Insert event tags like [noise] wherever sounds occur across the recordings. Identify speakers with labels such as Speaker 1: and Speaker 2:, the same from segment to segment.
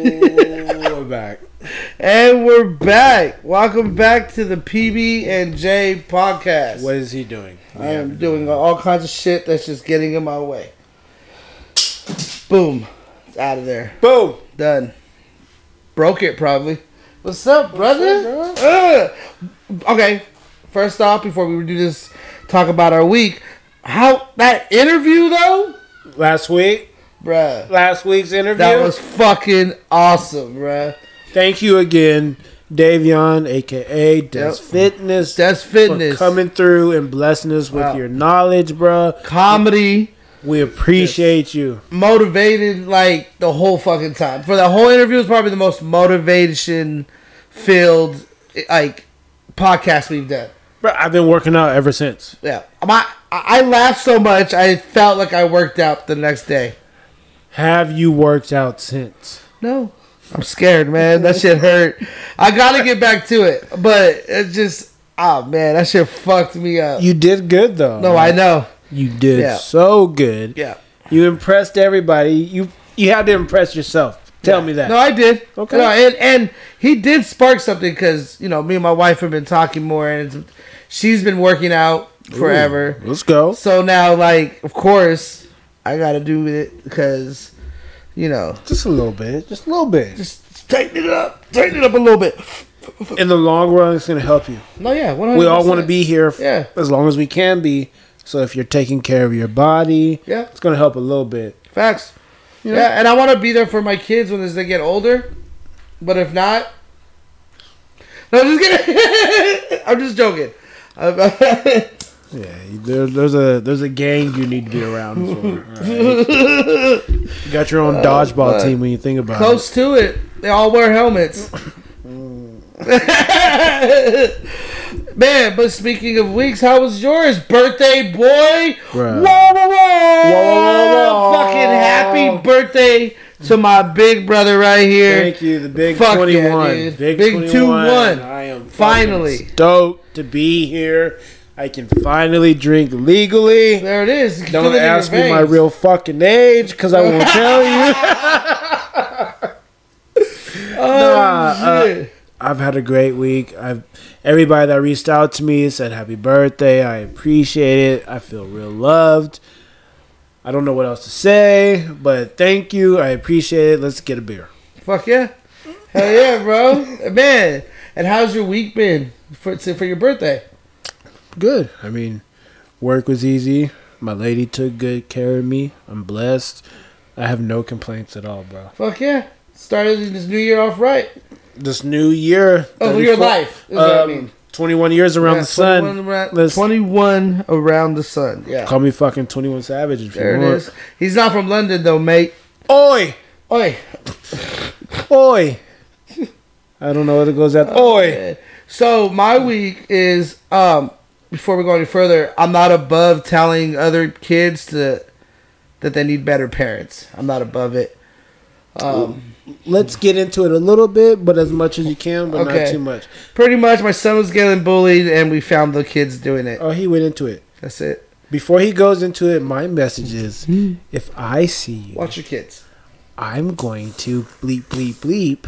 Speaker 1: we're back.
Speaker 2: And we're back. Welcome back to the PB and J podcast.
Speaker 1: What is he doing? We
Speaker 2: I am
Speaker 1: haven't
Speaker 2: doing all kinds of shit that's just getting in my way. Boom. It's out of there.
Speaker 1: Boom.
Speaker 2: Done. Broke it probably. What's up, brother? Ugh. Okay. First off, before we do this talk about our week, how that interview though?
Speaker 1: Last week,
Speaker 2: Bruh.
Speaker 1: last week's interview.
Speaker 2: That was fucking awesome, bruh.
Speaker 1: Thank you again, Davion, aka Des
Speaker 2: Yep.
Speaker 1: Fitness.
Speaker 2: That's
Speaker 1: For
Speaker 2: fitness.
Speaker 1: coming through and blessing us with
Speaker 2: Wow.
Speaker 1: your knowledge, bro.
Speaker 2: Comedy.
Speaker 1: We appreciate you.
Speaker 2: motivated like the whole fucking time. For the whole interview is probably the most motivation filled like podcast we've done.
Speaker 1: Bro, I've been working out ever since.
Speaker 2: Yeah. My I I laughed so much I felt like I worked out the next day.
Speaker 1: Have you worked out since?
Speaker 2: No. I'm scared, man. That shit hurt. I gotta get back to it. But it just oh man, that shit fucked me up.
Speaker 1: You did good though.
Speaker 2: No, I know.
Speaker 1: You did
Speaker 2: Yeah.
Speaker 1: so good.
Speaker 2: Yeah.
Speaker 1: You impressed everybody. You you had to impress yourself. Tell me that.
Speaker 2: No, I did.
Speaker 1: Okay.
Speaker 2: No, and and he did spark something because you know me and my wife have been talking more, and it's, she's been working out forever.
Speaker 1: Let's go.
Speaker 2: So now, like, of course, I gotta do it because you know,
Speaker 1: Just a little bit. Just a little bit.
Speaker 2: just tighten it up, tighten it up a little bit.
Speaker 1: In the long run, it's gonna help you.
Speaker 2: No, yeah, 100%.
Speaker 1: We all want to be here f-
Speaker 2: Yeah.
Speaker 1: as long as we can be. So if you're taking care of your body,
Speaker 2: Yeah.
Speaker 1: it's gonna help a little bit.
Speaker 2: facts.
Speaker 1: You know?
Speaker 2: Yeah, and I want to be there for my kids when as they get older. But if not, no, I'm just kidding. [laughs] I'm just joking. I'm- [laughs]
Speaker 1: Yeah, there, there's a there's a gang you need to be around. For,
Speaker 2: [laughs]
Speaker 1: alright? You got your own dodgeball
Speaker 2: fuck.
Speaker 1: team when you think about
Speaker 2: Oh, Close to it. They all wear
Speaker 1: [laughs]
Speaker 2: helmets. [laughs] Man, but speaking of weeks, how was yours, birthday boy? Whoa, whoa,
Speaker 1: Bruh.
Speaker 2: whoa,
Speaker 1: whoa, whoa.
Speaker 2: Fucking happy birthday to my big brother
Speaker 1: it.
Speaker 2: right here.
Speaker 1: Thank you, the big
Speaker 2: Fuck yeah,
Speaker 1: twenty one,
Speaker 2: dude. Big 21.
Speaker 1: I am fucking
Speaker 2: Finally.
Speaker 1: stoked to be here. I can finally drink legally.
Speaker 2: There it is. You can
Speaker 1: Don't
Speaker 2: feel it in your
Speaker 1: ask me my
Speaker 2: veins.
Speaker 1: real fucking age because I won't tell
Speaker 2: [laughs]
Speaker 1: you.
Speaker 2: Oh,
Speaker 1: Nah, uh,
Speaker 2: Shit.
Speaker 1: I've had a great week. I've everybody that reached out to me said happy birthday. I appreciate it. I feel real loved. I don't know what else to say, but thank you. I appreciate it. Let's get a beer.
Speaker 2: Fuck yeah. Hell yeah, bro. [laughs] Man, and how's your week been for, for your birthday?
Speaker 1: Good. I mean, work was easy. My lady took good care of me. I'm blessed. I have no complaints at all, bro.
Speaker 2: Fuck yeah. Started this new year off right.
Speaker 1: This new year
Speaker 2: Of Oh, your
Speaker 1: 34
Speaker 2: life, is what I
Speaker 1: um,
Speaker 2: mean.
Speaker 1: 21 years around
Speaker 2: Yeah,
Speaker 1: the sun.
Speaker 2: 21 around,
Speaker 1: Let's-
Speaker 2: 21 around the sun. Yeah.
Speaker 1: Call me fucking 21 Savage if you
Speaker 2: there it
Speaker 1: want.
Speaker 2: is. He's not from London, though, mate.
Speaker 1: Oi!
Speaker 2: Oi.
Speaker 1: Oi. I don't know what it goes
Speaker 2: [laughs]
Speaker 1: after.
Speaker 2: Oh,
Speaker 1: Oi.
Speaker 2: So, my week is, um, before we go any further, I'm not above telling other kids to that they need better parents. I'm not above it. Um,
Speaker 1: Let's get into it a little bit, but as much as you can, but
Speaker 2: Okay.
Speaker 1: not too much.
Speaker 2: pretty much, my son was getting bullied, and we found the kids doing it.
Speaker 1: Oh, he went into it.
Speaker 2: That's it.
Speaker 1: Before he goes into it, my message is
Speaker 2: Hmm.
Speaker 1: if I see you,
Speaker 2: Watch your kids.
Speaker 1: I'm going to bleep, bleep, bleep,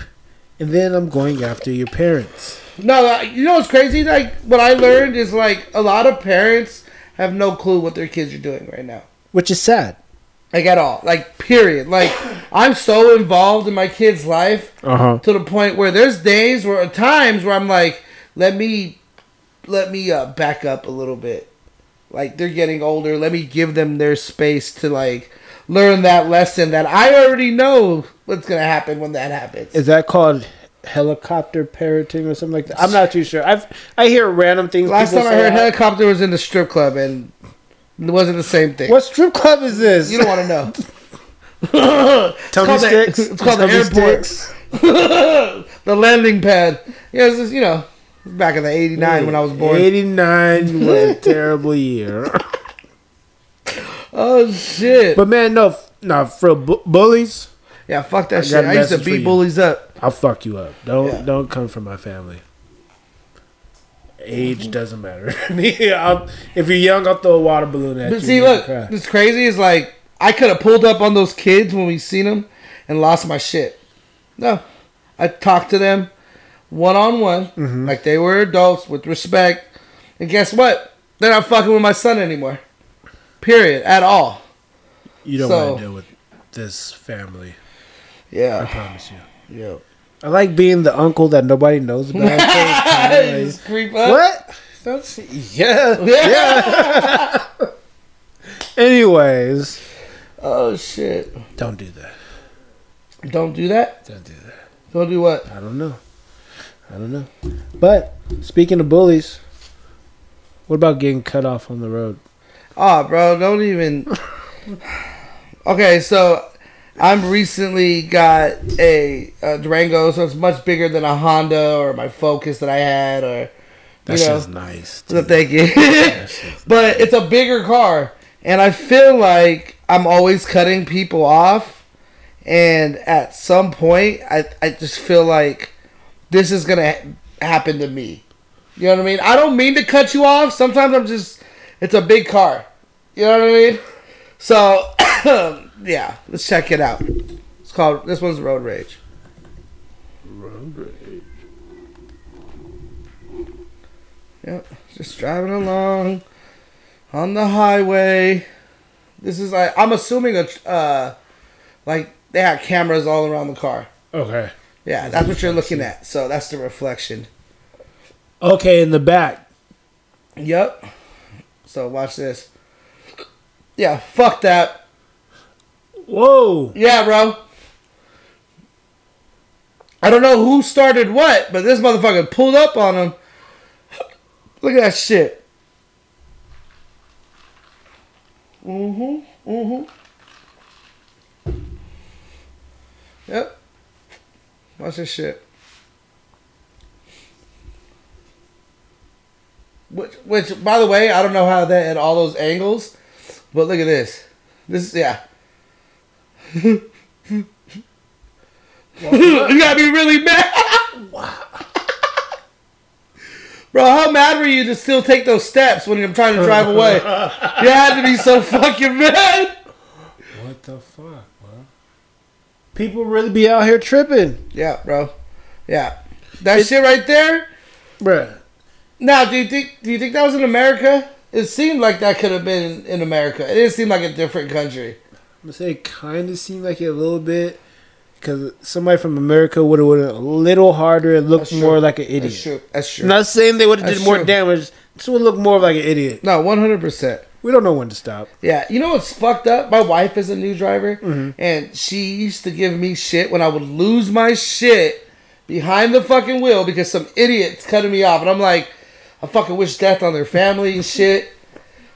Speaker 1: and then I'm going after your parents.
Speaker 2: No, uh, you know what's crazy? Like what I learned is like a lot of parents have no clue what their kids are doing right now,
Speaker 1: Which is sad.
Speaker 2: like at all. Like period. Like I'm so involved in my kid's life
Speaker 1: Uh huh.
Speaker 2: to the point where there's days where times where I'm like, let me, let me uh, back up a little bit. Like they're getting older. Let me give them their space to like learn that lesson that I already know what's gonna happen when that happens.
Speaker 1: Is that called helicopter parenting or something like that? I'm not too sure. I've I hear random things.
Speaker 2: Last
Speaker 1: people
Speaker 2: time I
Speaker 1: say.
Speaker 2: heard helicopter was in the strip club and it wasn't the same thing.
Speaker 1: What strip club is this?
Speaker 2: You don't want to
Speaker 1: [laughs]
Speaker 2: know.
Speaker 1: Tell me
Speaker 2: called the-
Speaker 1: [laughs] sticks.
Speaker 2: it's called
Speaker 1: Tell
Speaker 2: the
Speaker 1: me
Speaker 2: airport.
Speaker 1: sticks.
Speaker 2: [laughs] the landing pad. Yeah, it's just, you know, back in the 89 when I was born.
Speaker 1: 89 was
Speaker 2: [laughs]
Speaker 1: a terrible year.
Speaker 2: Oh, shit.
Speaker 1: But man, no, f- nah, for bu- bullies,
Speaker 2: yeah, fuck that
Speaker 1: got
Speaker 2: shit.
Speaker 1: a
Speaker 2: I used to
Speaker 1: message for
Speaker 2: beat
Speaker 1: you.
Speaker 2: bullies up.
Speaker 1: I'll fuck you up. Don't
Speaker 2: Yeah.
Speaker 1: don't come from my family. Age doesn't matter. [laughs] Yeah, I'll- if you're young, I'll throw a water balloon at you.
Speaker 2: But see,
Speaker 1: and
Speaker 2: look,
Speaker 1: cry.
Speaker 2: it's crazy. Is like, I could have pulled up on those kids when we seen them and lost my shit. No, I talked to them one on
Speaker 1: Mm-hmm.
Speaker 2: one, like they were adults with respect. And guess what? They're not fucking with my son anymore. Period. At all.
Speaker 1: You don't
Speaker 2: So-
Speaker 1: want to deal with this family. I
Speaker 2: [laughs] Yeah.
Speaker 1: promise you.
Speaker 2: Yeah.
Speaker 1: I like being the uncle that nobody knows [laughs] about. So it's kinda like,
Speaker 2: just creep up.
Speaker 1: what?
Speaker 2: [laughs]
Speaker 1: That's, yeah. Yeah. Anyways,
Speaker 2: Oh shit!
Speaker 1: don't do that.
Speaker 2: Don't do that.
Speaker 1: Don't do that.
Speaker 2: Don't do what?
Speaker 1: I don't know. I don't know. But speaking of bullies, what about getting cut off on the road?
Speaker 2: Oh, bro, don't even. okay, so I'm recently got a, a Durango, so it's much bigger than a Honda or my Focus that I had, or
Speaker 1: That
Speaker 2: you know,
Speaker 1: shit's nice.
Speaker 2: so
Speaker 1: dude.
Speaker 2: thank you. [laughs] but it's a bigger car, and I feel like I'm always cutting people off, and at some point, I I just feel like this is gonna ha- happen to me. You know what I mean? I don't mean to cut you off. Sometimes I'm just it's a big car. You know what I mean? So [coughs] yeah, let's check it out. It's called this one's Road Rage. Yep, just driving along on the highway. This is like I'm assuming a tr- uh, like they had cameras all around the car.
Speaker 1: Okay.
Speaker 2: Yeah, that's what you're looking at. So that's the reflection.
Speaker 1: Okay, in the back.
Speaker 2: Yep. So watch this. Yeah, fuck that.
Speaker 1: Whoa.
Speaker 2: Yeah, bro. I don't know who started what, but this motherfucker pulled up on him. Look at that shit. Mm-hmm. Mm-hmm. Yep. Watch this shit. Which, which, by the way, I don't know how that at all those angles, but look at this. This, yeah. [laughs] you got me really mad. [laughs] Bro, how mad were you to still take those steps when I'm trying to drive [laughs] away? you had to be so fucking mad.
Speaker 1: What the fuck, bro? People really be out here tripping.
Speaker 2: Yeah, bro. Yeah, that shit right there.
Speaker 1: Bruh.
Speaker 2: Now, do you think do you think that was in America? It seemed like that could have been in America. It didn't seem like a different country.
Speaker 1: I'm gonna say it kind of seemed like it a little bit because somebody from America would have went a little harder and looked
Speaker 2: That's
Speaker 1: more
Speaker 2: true.
Speaker 1: like an idiot.
Speaker 2: That's true. That's true.
Speaker 1: I'm not saying they would have did
Speaker 2: That's
Speaker 1: more
Speaker 2: true.
Speaker 1: damage. Just would look more like an idiot.
Speaker 2: no, one hundred percent.
Speaker 1: We don't know when to stop.
Speaker 2: Yeah, you know what's fucked up? My wife is a new driver, and she used to give me shit when I would lose my shit behind the fucking wheel because some idiot's cutting me off, and I'm like, I fucking wish death on their family and shit.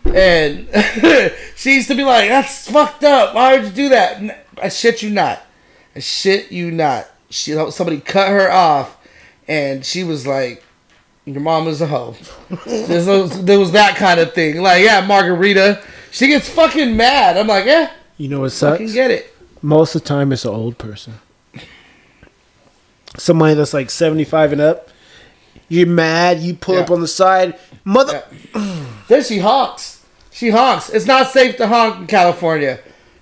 Speaker 2: And [laughs] she used to be like, "That's fucked up. Why would you do that?" N- I shit you not. I shit you not. She somebody cut her off, and she was like, your mom is a hoe. There's those- there was that kind of thing. Like, yeah, Margarita. She gets fucking mad. I'm like, yeah,
Speaker 1: You know what
Speaker 2: I can
Speaker 1: sucks?
Speaker 2: get it.
Speaker 1: Most of the time, it's an old person. Somebody that's like 75 and up. You're mad. You pull
Speaker 2: Yeah.
Speaker 1: up on the side. Mother.
Speaker 2: Yeah. Then she honks. She honks. It's not safe to honk in California.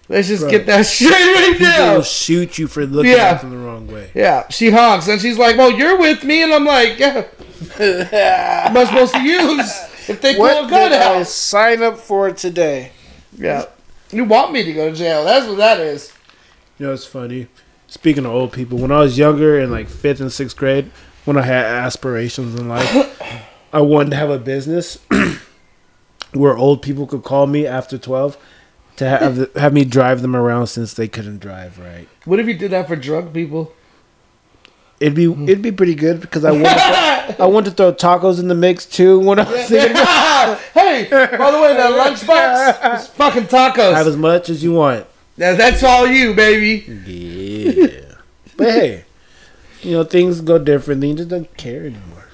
Speaker 2: Let's just get that [laughs] shit right
Speaker 1: People
Speaker 2: now.
Speaker 1: will shoot you for looking
Speaker 2: Yeah.
Speaker 1: at them the wrong way.
Speaker 2: Yeah, she honks and she's like, well, you're with me. And I'm like, yeah. [laughs] What am I supposed to use if they pull a gun out?
Speaker 1: sign up for today?
Speaker 2: Yeah. You want me to go to jail. That's what that is.
Speaker 1: You know, it's funny. Speaking of old people, when I was younger in like fifth and sixth grade, when I had aspirations in life, [coughs] I wanted to have a business [coughs] where old people could call me after 12 to have, have me drive them around since they couldn't drive right.
Speaker 2: What if you did that for drunk people? [laughs]
Speaker 1: It'd be it'd be pretty good because I want to throw, I want to throw tacos in the mix too when I was thinking about
Speaker 2: hey, by the way, that lunchbox is fucking tacos.
Speaker 1: have as much as you want.
Speaker 2: Now, that's all you, baby.
Speaker 1: Yeah. but hey, you know things go differently. You just don't care anymore.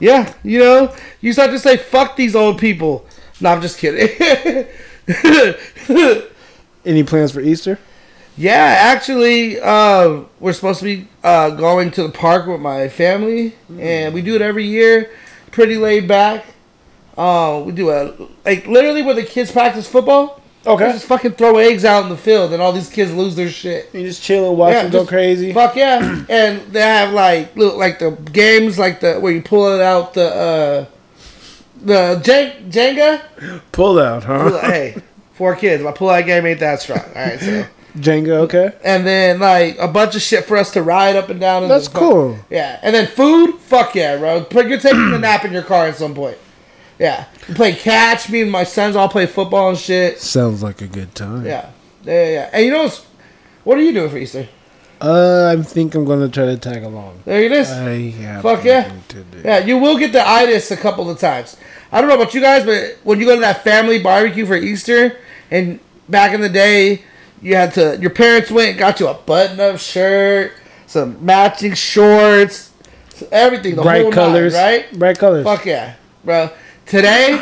Speaker 2: Yeah, you know, you start to say fuck these old people. No, I'm just kidding. [laughs]
Speaker 1: Any plans for Easter?
Speaker 2: yeah, actually, uh, we're supposed to be uh, going to the park with my family, and we do it every year. Pretty laid back. Uh, we do a like literally where the kids practice football. I
Speaker 1: Okay.
Speaker 2: just fucking throw eggs out in the field, and all these kids lose their shit.
Speaker 1: You just chill and watch
Speaker 2: Yeah,
Speaker 1: them go
Speaker 2: just
Speaker 1: crazy.
Speaker 2: Fuck
Speaker 1: [clears throat]
Speaker 2: yeah! and they have like look like the games like the where you pull it out the uh the Jen- Jenga.
Speaker 1: Pull out, [laughs] huh?
Speaker 2: hey, four kids. My pull out game ain't that strong. All
Speaker 1: [laughs]
Speaker 2: right, so
Speaker 1: Jenga, okay.
Speaker 2: and then like a bunch of shit for us to ride up and down. In
Speaker 1: That's
Speaker 2: the-
Speaker 1: cool.
Speaker 2: Yeah, and then food. Fuck yeah, bro. But you're taking a nap in your car at some point. Yeah, you play catch. Me and my sons all play football and shit.
Speaker 1: Sounds like a good time.
Speaker 2: Yeah, yeah, yeah. yeah. And you know what's, what are you doing for Easter?
Speaker 1: Uh, I think I'm gonna try to tag along.
Speaker 2: There it is.
Speaker 1: I have
Speaker 2: Fuck yeah.
Speaker 1: nothing to do.
Speaker 2: Yeah, you will get the itis a couple of times. I don't know about you guys, but when you go to that family barbecue for Easter, and back in the day, you had to your parents went and got you a button-up shirt, some matching shorts, everything, the whole
Speaker 1: Bright
Speaker 2: nine,
Speaker 1: colors,
Speaker 2: right?
Speaker 1: Bright colors.
Speaker 2: Fuck yeah, bro. Today,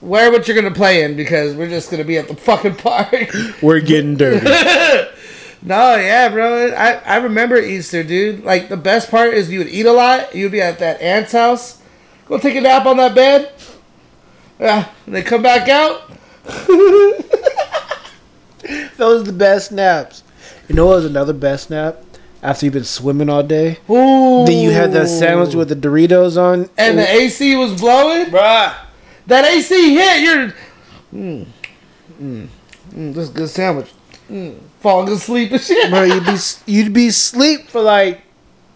Speaker 2: wear what you're gonna play in because we're just gonna be at the [laughs] fucking park.
Speaker 1: We're getting dirty.
Speaker 2: [laughs] No, yeah, bro. I, I remember Easter, dude. Like the best part is you would eat a lot. You'd be at that aunt's house, go take a nap on that bed. Yeah, and they come back out.
Speaker 1: [laughs] Those are the best naps. You know what was another best nap? After you've been swimming all day,
Speaker 2: Ooh.
Speaker 1: then you had that sandwich with the Doritos on.
Speaker 2: And the AC was blowing.
Speaker 1: bruh.
Speaker 2: That AC hit. You're. Mm, mm, mm, this is a good sandwich. Mm, falling asleep and shit.
Speaker 1: Bro, you'd be you'd be asleep for like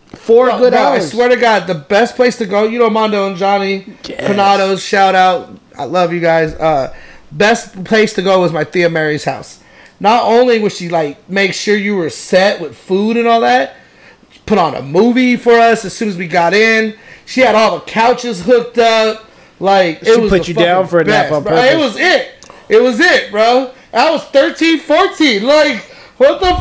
Speaker 1: four
Speaker 2: Bro,
Speaker 1: good
Speaker 2: bro,
Speaker 1: hours.
Speaker 2: I swear to God, the best place to go, you know, Mondo and Johnny,
Speaker 1: Yes.
Speaker 2: Panados, shout out. I love you guys. Uh, best place to go was my Thea Mary's house. Not only would she like make sure you were set with food and all that, she put on a movie for us as soon as we got in. She had all the couches hooked up. Like it
Speaker 1: She
Speaker 2: was
Speaker 1: put
Speaker 2: the
Speaker 1: you down
Speaker 2: fucking
Speaker 1: for a nap on
Speaker 2: bro.
Speaker 1: purpose.
Speaker 2: It was it. It was it, bro. I was 13, 14. Like what the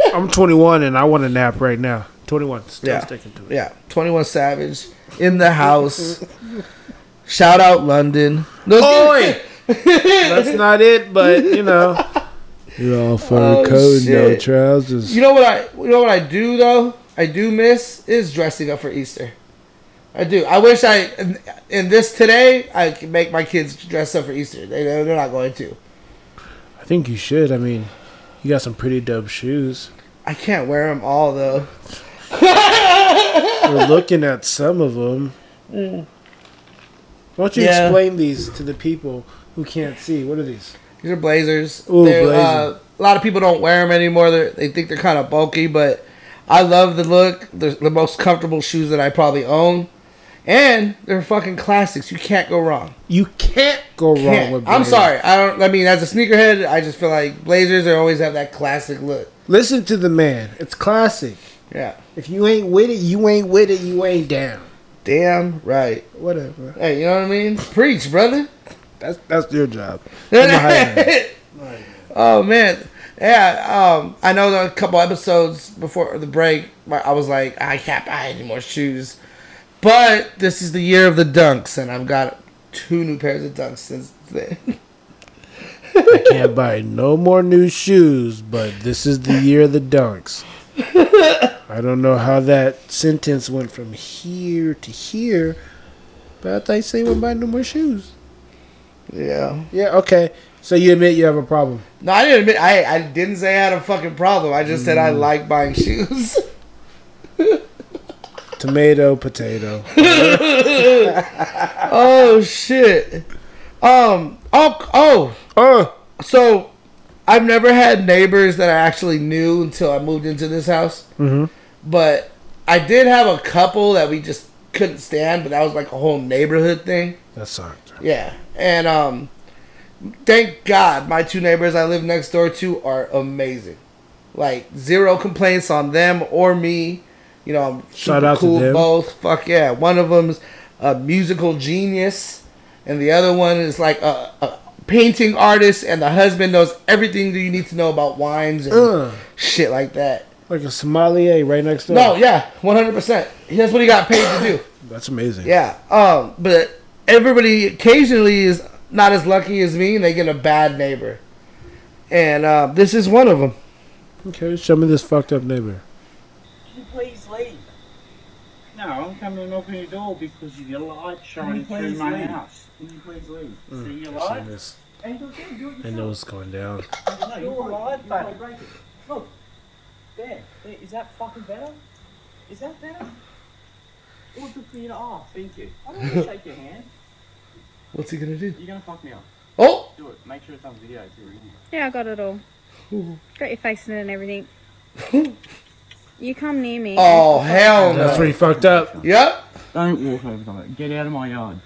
Speaker 2: fuck? [laughs]
Speaker 1: I'm 21 and I want a nap right now. 21, still
Speaker 2: Yeah.
Speaker 1: sticking to it.
Speaker 2: Yeah, 21 Savage in the house. Shout out London. Let's
Speaker 1: Oi!
Speaker 2: get- [laughs]
Speaker 1: That's not it, but you know, you're all fur
Speaker 2: Oh, coat, no shit.
Speaker 1: trousers.
Speaker 2: you know what I you know what I do though? I do miss is dressing up for Easter. I do. I wish I in, in this today I could make my kids dress up for Easter. They they're not going to.
Speaker 1: I think you should. I mean, you got some pretty dope shoes.
Speaker 2: I can't wear them all though.
Speaker 1: We're looking at some of them. Why don't you
Speaker 2: Mm. Yeah.
Speaker 1: explain these to the people who can't see? What are these?
Speaker 2: These are blazers.
Speaker 1: Ooh,
Speaker 2: They're,
Speaker 1: blazer.
Speaker 2: Uh, a lot of people don't wear them anymore. They're, they think they're kind of bulky, but I love the look. They're the most comfortable shoes that I probably own. And they're fucking classics. You can't go wrong.
Speaker 1: You can't go wrong
Speaker 2: Can't.
Speaker 1: with.
Speaker 2: I'm
Speaker 1: Blazers.
Speaker 2: sorry. I don't. I mean, as a sneakerhead, I just feel like blazers are always have that classic look.
Speaker 1: Listen to the man. It's classic.
Speaker 2: Yeah.
Speaker 1: If you ain't with it, you ain't with it. You ain't down.
Speaker 2: Damn right.
Speaker 1: Whatever.
Speaker 2: Hey, you know what I mean? Preach, brother.
Speaker 1: That's that's your job. I'm a hype man.
Speaker 2: oh man, yeah. Um, I know that a couple episodes before the break, my- I was like, I can't buy any more shoes, but this is the year of the dunks, and I've got two new pairs of dunks since then. [laughs]
Speaker 1: I can't buy no more new shoes, but this is the year of the dunks. I don't know how that sentence went from here to here, but I thought you said you wouldn't buy no more shoes.
Speaker 2: yeah.
Speaker 1: Yeah, okay. So you admit you have a problem.
Speaker 2: No, I didn't admit. I I didn't say I had a fucking problem. I just said I like buying [laughs] shoes.
Speaker 1: Tomato, potato.
Speaker 2: [laughs] oh shit. Um. Oh. Oh.
Speaker 1: Oh,
Speaker 2: So, I've never had neighbors that I actually knew until I moved into this house.
Speaker 1: Mhm.
Speaker 2: But I did have a couple that we just couldn't stand, but that was like a whole neighborhood thing.
Speaker 1: that sucked.
Speaker 2: Yeah. And um thank God my two neighbors I live next door to are amazing. Like zero complaints on them or me. You know, I'm
Speaker 1: Shout
Speaker 2: super
Speaker 1: out to
Speaker 2: cool
Speaker 1: them.
Speaker 2: both. Fuck yeah. One of them's a musical genius and the other one is like a, a painting artist and the husband knows everything that you need to know about wines and
Speaker 1: Ugh.
Speaker 2: shit like that.
Speaker 1: Like a sommelier right next door.
Speaker 2: No, yeah, 100%. That's what he got paid to do.
Speaker 1: That's amazing.
Speaker 2: Yeah. Um, but everybody occasionally is not as lucky as me, and they get a bad neighbor. And uh, this is one of them.
Speaker 1: Okay, show me this fucked up neighbor.
Speaker 3: Can you please leave?
Speaker 4: No, I'm coming and knocking your door because of your light
Speaker 3: Can you
Speaker 4: shining
Speaker 3: please
Speaker 4: through my
Speaker 3: leave?
Speaker 4: house.
Speaker 3: Can you please leave?
Speaker 4: See your
Speaker 1: Show me
Speaker 4: light?
Speaker 1: this.
Speaker 5: And he'll say, do it
Speaker 1: I know it's going down.
Speaker 5: yourself. No,
Speaker 3: You're
Speaker 5: you
Speaker 3: right,
Speaker 5: you
Speaker 3: buddy.
Speaker 5: right.
Speaker 3: There, there, is that fucking better? Is that better? Oh, good for you to ask.
Speaker 4: Thank you.
Speaker 3: I don't want to shake your hand.
Speaker 2: What's he gonna do?
Speaker 4: You're gonna fuck me up.
Speaker 2: Oh,
Speaker 4: Do it. Make sure it's on video too. remember.
Speaker 6: Yeah, I got it all. Got your face in it and everything. you come near me.
Speaker 2: oh hell
Speaker 1: That's
Speaker 2: no.
Speaker 1: where he fucked up.
Speaker 2: Yep.
Speaker 4: Don't walk over to it. Get out of my yard.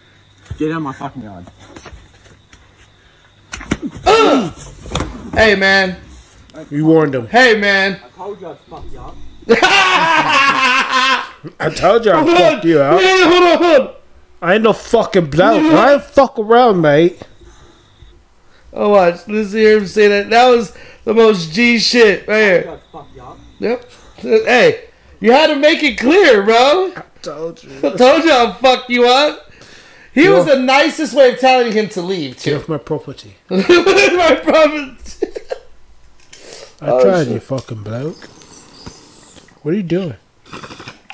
Speaker 4: Get out of my fucking yard.
Speaker 2: Hey man.
Speaker 1: You warned him.
Speaker 2: Hey man. [laughs]
Speaker 4: I told you I'd fuck you up.
Speaker 1: I told
Speaker 2: [laughs]
Speaker 1: you I
Speaker 2: Hold on.
Speaker 1: fucked you out.
Speaker 2: Yeah, hold on, hold on.
Speaker 1: I ain't no fucking [laughs] bloke. I ain't fuck around, mate.
Speaker 2: Oh watch, let's hear him say that. That was the most G shit right here.
Speaker 4: I'd fuck you up.
Speaker 2: Yep. Hey, you had to make it clear, bro.
Speaker 1: Told you.
Speaker 2: I told you I'll fuck you up. He was the nicest way of telling him to leave
Speaker 1: Get
Speaker 2: too. [laughs]
Speaker 1: off my property.
Speaker 2: My promise.
Speaker 1: I tried, you fucking bloke. Oh, What are you doing?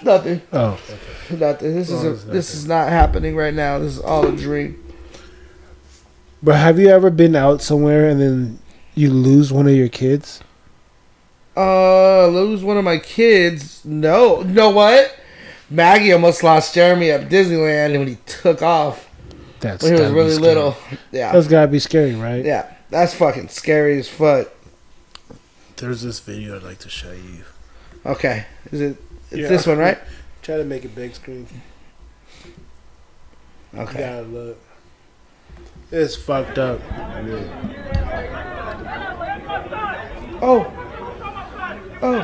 Speaker 2: Nothing.
Speaker 1: Oh,
Speaker 2: Oh, Nothing. This is a, this is not happening right now. This is all a dream.
Speaker 1: but have you ever been out somewhere and then you lose one of your kids?
Speaker 2: Uh, lose one of my kids. No, you know what? Maggie almost lost Jeremy at Disneyland when he took off
Speaker 1: That's
Speaker 2: when he was
Speaker 1: gotta be
Speaker 2: really
Speaker 1: scary.
Speaker 2: little. Yeah,
Speaker 1: That's gotta be scary, right?
Speaker 2: yeah. That's fucking scary as fuck.
Speaker 1: There's this video I'd like to show you.
Speaker 2: Okay, is it? It's
Speaker 1: Yeah.
Speaker 2: this one, right?
Speaker 1: Try to make it big screen. You
Speaker 2: Okay.
Speaker 1: gotta look. It's fucked up.
Speaker 2: Oh. Oh.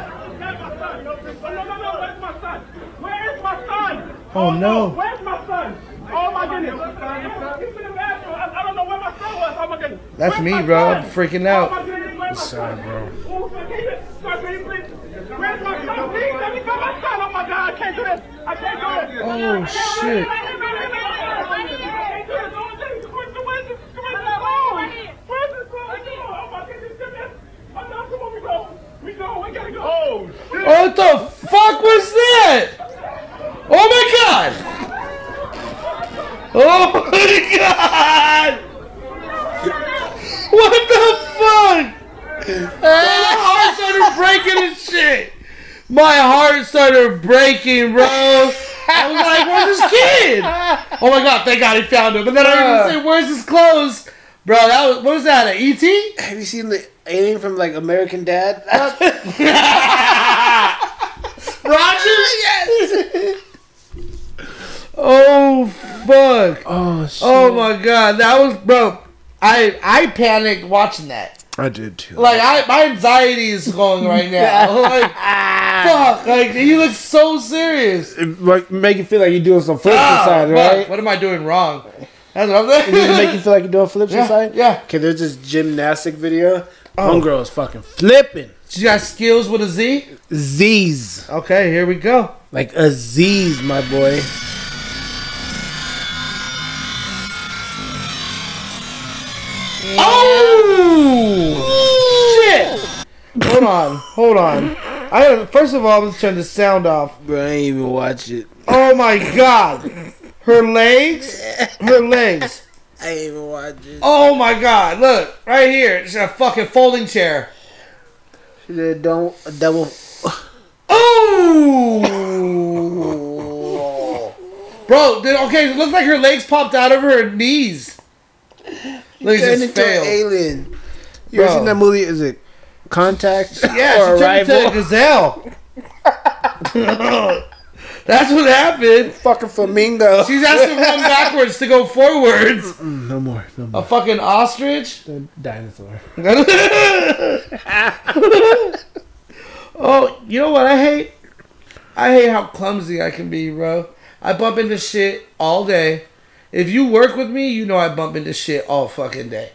Speaker 7: Where's my son?
Speaker 1: Oh no!
Speaker 7: Where's my son? Oh my goodness. He's in the bathroom. I, I don't know where my son was. Oh my goodness.
Speaker 2: That's
Speaker 7: Where's
Speaker 2: me,
Speaker 7: my
Speaker 2: bro. I'm
Speaker 7: son?
Speaker 2: freaking
Speaker 7: Oh my
Speaker 2: out.
Speaker 7: goodness. Where's my son?
Speaker 1: Sorry, bro.
Speaker 7: Oh, sir, can you- sir, can you please- Where's my son? Please let me find my son. Oh my God. I can't do this. I can't do this.
Speaker 2: Oh shit.
Speaker 7: Oh, shit.
Speaker 2: What the fuck was that? Oh my god! Oh my god! What the fuck? My heart started breaking and shit. My heart started breaking, bro. I was like, "Where's this kid?" Oh my god! Thank God he found him. And then I even say, "Where's his clothes?" Bro, that was what was that? An E ET?
Speaker 1: Have you seen the alien from like American Dad?
Speaker 2: Rogers?
Speaker 1: [laughs]
Speaker 2: Yes. [laughs] oh fuck!
Speaker 1: [laughs] oh shit!
Speaker 2: Oh my god, that was bro. I I panicked watching that.
Speaker 1: I did too.
Speaker 2: Like I my anxiety is going
Speaker 1: [laughs]
Speaker 2: right now. like fuck! Like he looks so serious.
Speaker 1: It, like make you feel like you're doing some flips
Speaker 2: Ah,
Speaker 1: inside,
Speaker 2: fuck,
Speaker 1: right?
Speaker 2: What am I doing wrong? That's what I'm
Speaker 1: Does it make
Speaker 2: saying. [laughs]
Speaker 1: you feel like you're doing flips
Speaker 2: Yeah,
Speaker 1: inside?
Speaker 2: yeah. Oh.
Speaker 1: Okay, there's this gymnastic video. Homegirl is fucking flipping.
Speaker 2: She got skills with a Z.
Speaker 1: Z's.
Speaker 2: Okay, here we go.
Speaker 1: Like a Z's, my boy.
Speaker 2: Oh shit! hold on, hold on. I gotta, first of all, let's turn the sound off.
Speaker 1: Bro, I ain't even watch it.
Speaker 2: Oh my god. Her legs? Her legs.
Speaker 1: [laughs] I ain't even watch it.
Speaker 2: Oh my god. Look, right here. It's a fucking folding chair.
Speaker 1: She did don't a double
Speaker 2: Oh. Bro, did, okay, it looks like her legs popped out of her knees. Look, it
Speaker 1: turn
Speaker 2: just
Speaker 1: into an
Speaker 2: failed.
Speaker 1: alien. You ever
Speaker 2: Bro.
Speaker 1: seen that movie? Is it Contact
Speaker 2: [laughs] Yeah,
Speaker 1: or
Speaker 2: she turned into a
Speaker 1: Arrival?
Speaker 2: gazelle. [laughs] That's what happened.
Speaker 1: Fucking [laughs] flamingo.
Speaker 2: She's asked to run backwards to go forwards.
Speaker 1: no more. No
Speaker 2: A
Speaker 1: more.
Speaker 2: fucking ostrich? [laughs]
Speaker 1: Dinosaur.
Speaker 2: oh, you know what I hate? I hate how clumsy I can be, bro. I bump into shit all day. If you work with me, you know I bump into shit all fucking day.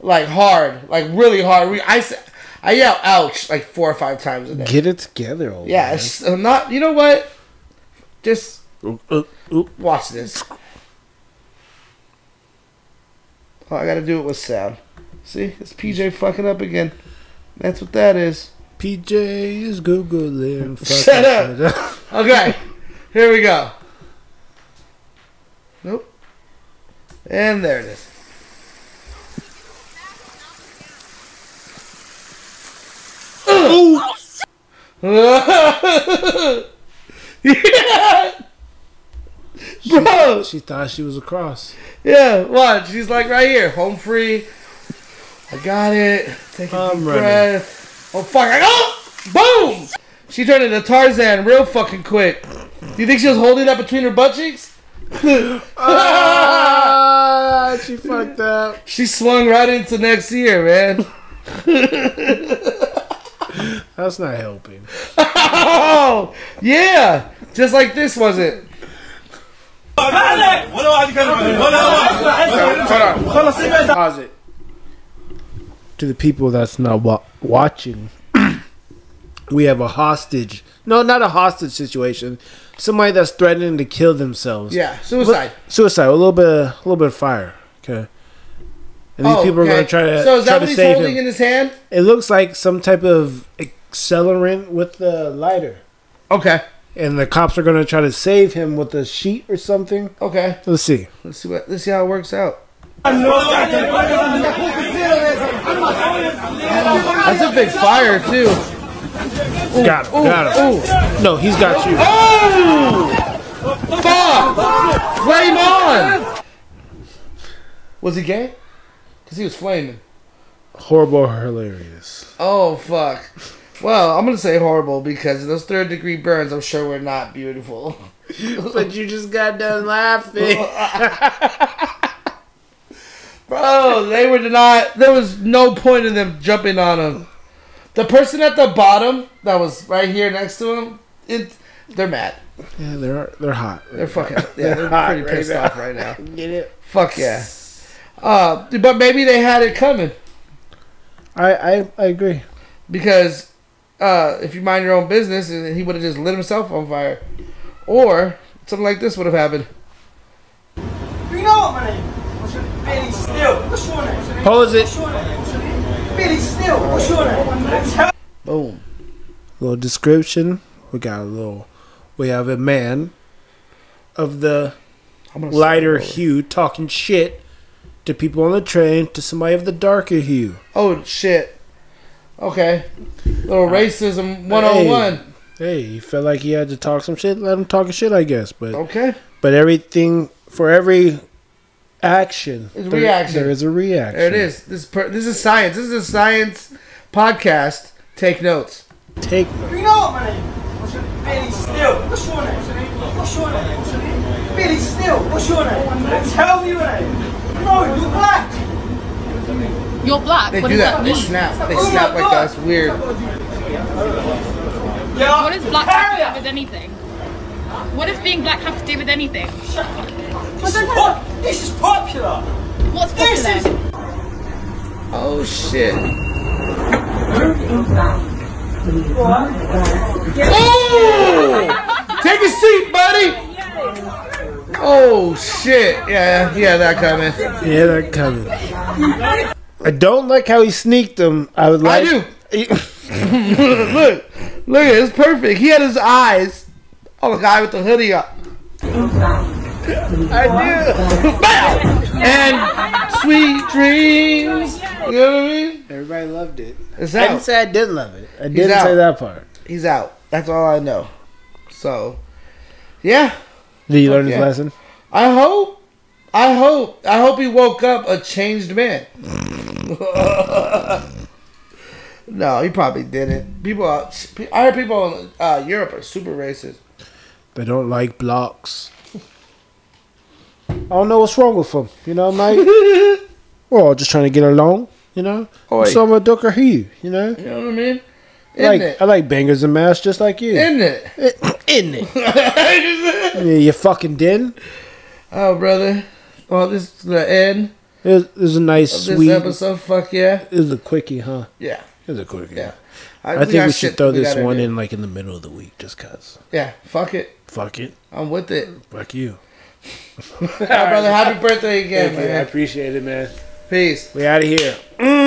Speaker 2: Like hard, like really hard. We- I s- I yell ouch like four or five times a day.
Speaker 1: Get it together, old
Speaker 2: yeah, it's I'm not. You know what? Just
Speaker 1: man. Oop, oop,
Speaker 2: watch this. Oh, I gotta do it with sound. See, it's PJ fucking up again. That's what that is.
Speaker 1: PJ is googling. Fucking
Speaker 2: [laughs] Shut up. Okay, here we go. Nope. And there it is. [laughs] yeah. Bro.
Speaker 1: [laughs] She thought she was across.
Speaker 2: Yeah, watch. She's like right here, home free. I got it. Take a
Speaker 1: I'm
Speaker 2: deep
Speaker 1: running.
Speaker 2: breath. Oh fuck! I got boom. She turned into Tarzan real fucking quick. Do you think she was holding that between her butt cheeks?
Speaker 1: Ah, she fucked up.
Speaker 2: She slung right into next
Speaker 1: [laughs]
Speaker 2: year, man.
Speaker 1: That's not helping.
Speaker 2: Oh yeah, just like this wasn't.
Speaker 1: Pause it. To the people that's not wa- watching, [clears throat] we have a hostage. No, not a hostage situation. Somebody that's threatening to kill themselves.
Speaker 2: Yeah, suicide.
Speaker 1: Suicide. A little bit. A little bit of fire. Okay. And these
Speaker 2: Oh,
Speaker 1: people are
Speaker 2: okay.
Speaker 1: going to try to
Speaker 2: So is
Speaker 1: try
Speaker 2: that
Speaker 1: to
Speaker 2: what he's
Speaker 1: save
Speaker 2: holding
Speaker 1: him.
Speaker 2: in his hand?
Speaker 1: it looks like some type of accelerant with the lighter.
Speaker 2: Okay.
Speaker 1: And the cops are going to try to save him with a sheet or something.
Speaker 2: Okay.
Speaker 1: Let's see.
Speaker 2: Let's see what. Let's see how it works out. That's a big fire too.
Speaker 1: got him. got him.
Speaker 2: Ooh.
Speaker 1: No, he's got you.
Speaker 2: Oh! Fuck! Flame on! Was he gay? Because he was flaming.
Speaker 1: Horrible, hilarious.
Speaker 2: Oh, fuck. Well, I'm going to say horrible because those third degree burns, I'm sure, were not beautiful.
Speaker 1: [laughs] But you just got done laughing.
Speaker 2: Bro, they were not. There was no point in them jumping on him. The person at the bottom that was right here next to him, it, they're mad.
Speaker 1: [laughs] Yeah, they're they're hot.
Speaker 2: They're fucking. Yeah, they're
Speaker 1: hot
Speaker 2: pretty
Speaker 1: right
Speaker 2: pissed
Speaker 1: now.
Speaker 2: off right now.
Speaker 1: [laughs] Get it?
Speaker 2: Fuck yeah. Uh, but maybe they had it coming.
Speaker 1: I I, I agree.
Speaker 2: because uh, if you mind your own business, he would have just lit himself on fire, or something like this would have happened.
Speaker 5: You know what my name is? Billy Still. What's your name?
Speaker 1: Pose it.
Speaker 5: What's your name? What's your name? Billy Still. What's your name? Tell
Speaker 2: Boom.
Speaker 1: Little description. We got a little. We have a man of the
Speaker 2: I'm gonna
Speaker 1: lighter
Speaker 2: start
Speaker 1: hue talking shit to people on the train to somebody of the darker hue.
Speaker 2: over. Oh shit. Okay. Little racism 101.
Speaker 1: Hey, he felt like he had to talk some shit. Let him talk his shit, I guess. But
Speaker 2: Okay.
Speaker 1: but everything for every action,
Speaker 2: It's reaction.
Speaker 1: There is a reaction.
Speaker 2: There it is. This per- this is science. This is a science podcast. Take notes.
Speaker 1: Take
Speaker 5: You know what my name is? What's your name? Billy Still. What's your name? What's your name? What's your name? Billy Still. What's your name? Tell me your name. No, you black.
Speaker 8: You're black.
Speaker 2: They
Speaker 8: what
Speaker 2: do
Speaker 8: does
Speaker 2: that.
Speaker 8: that
Speaker 2: They
Speaker 8: mean? Oh
Speaker 2: snap. They snap like that. It's weird.
Speaker 5: Yeah.
Speaker 8: What does black have to do with anything? What does being black have to do with anything?
Speaker 5: This is, pop- this is popular.
Speaker 8: What's
Speaker 5: This
Speaker 8: popular?
Speaker 5: is
Speaker 2: Oh shit. Oh! Take a seat, buddy. Oh shit. Yeah, yeah, that coming.
Speaker 1: Yeah, they're coming. I don't like how he sneaked them. I would
Speaker 2: I
Speaker 1: like.
Speaker 2: do. [laughs]
Speaker 1: [laughs]
Speaker 2: look, look, it's perfect. He had his eyes on the guy with the hoodie up. I do. Bam! And sweet dreams. You know what I mean?
Speaker 1: Everybody loved it.
Speaker 2: It's
Speaker 1: I didn't
Speaker 2: out.
Speaker 1: say I didn't love it. I didn't
Speaker 2: out.
Speaker 1: say that part.
Speaker 2: He's out. That's all I know. So, yeah.
Speaker 1: Did you learn his
Speaker 2: yeah.
Speaker 1: lesson?
Speaker 2: I hope. I hope. I hope he woke up a changed man. [laughs] no, he probably didn't. People, are, I heard people in uh, Europe are super racist.
Speaker 1: They don't like blocks. I don't know what's wrong with them. You know,
Speaker 2: [laughs]
Speaker 1: mate. We're all just trying to get along. You know.
Speaker 2: Oi.
Speaker 1: So I'm a ducker here. You know.
Speaker 2: You know what I mean? Isn't
Speaker 1: Like
Speaker 2: it?
Speaker 1: I like bangers and mash just like you.
Speaker 2: Isn't it?
Speaker 1: In it. Yeah, you fucking den.
Speaker 2: [laughs] oh, brother. Well, this is the end
Speaker 1: It it was a nice
Speaker 2: of this
Speaker 1: sweet. It
Speaker 2: episode. Fuck yeah.
Speaker 1: was a quickie, huh?
Speaker 2: Yeah.
Speaker 1: It was a quickie.
Speaker 2: Yeah.
Speaker 1: I think
Speaker 2: got
Speaker 1: we
Speaker 2: shit
Speaker 1: should throw this
Speaker 2: gotta
Speaker 1: one
Speaker 2: do.
Speaker 1: in like in the middle of the week just cuz.
Speaker 2: Yeah. Fuck it.
Speaker 1: Fuck it.
Speaker 2: I'm with it.
Speaker 1: Fuck you.
Speaker 2: My brother, happy birthday again,
Speaker 1: I
Speaker 2: man.
Speaker 1: appreciate it, man.
Speaker 2: Peace.
Speaker 1: We out of here.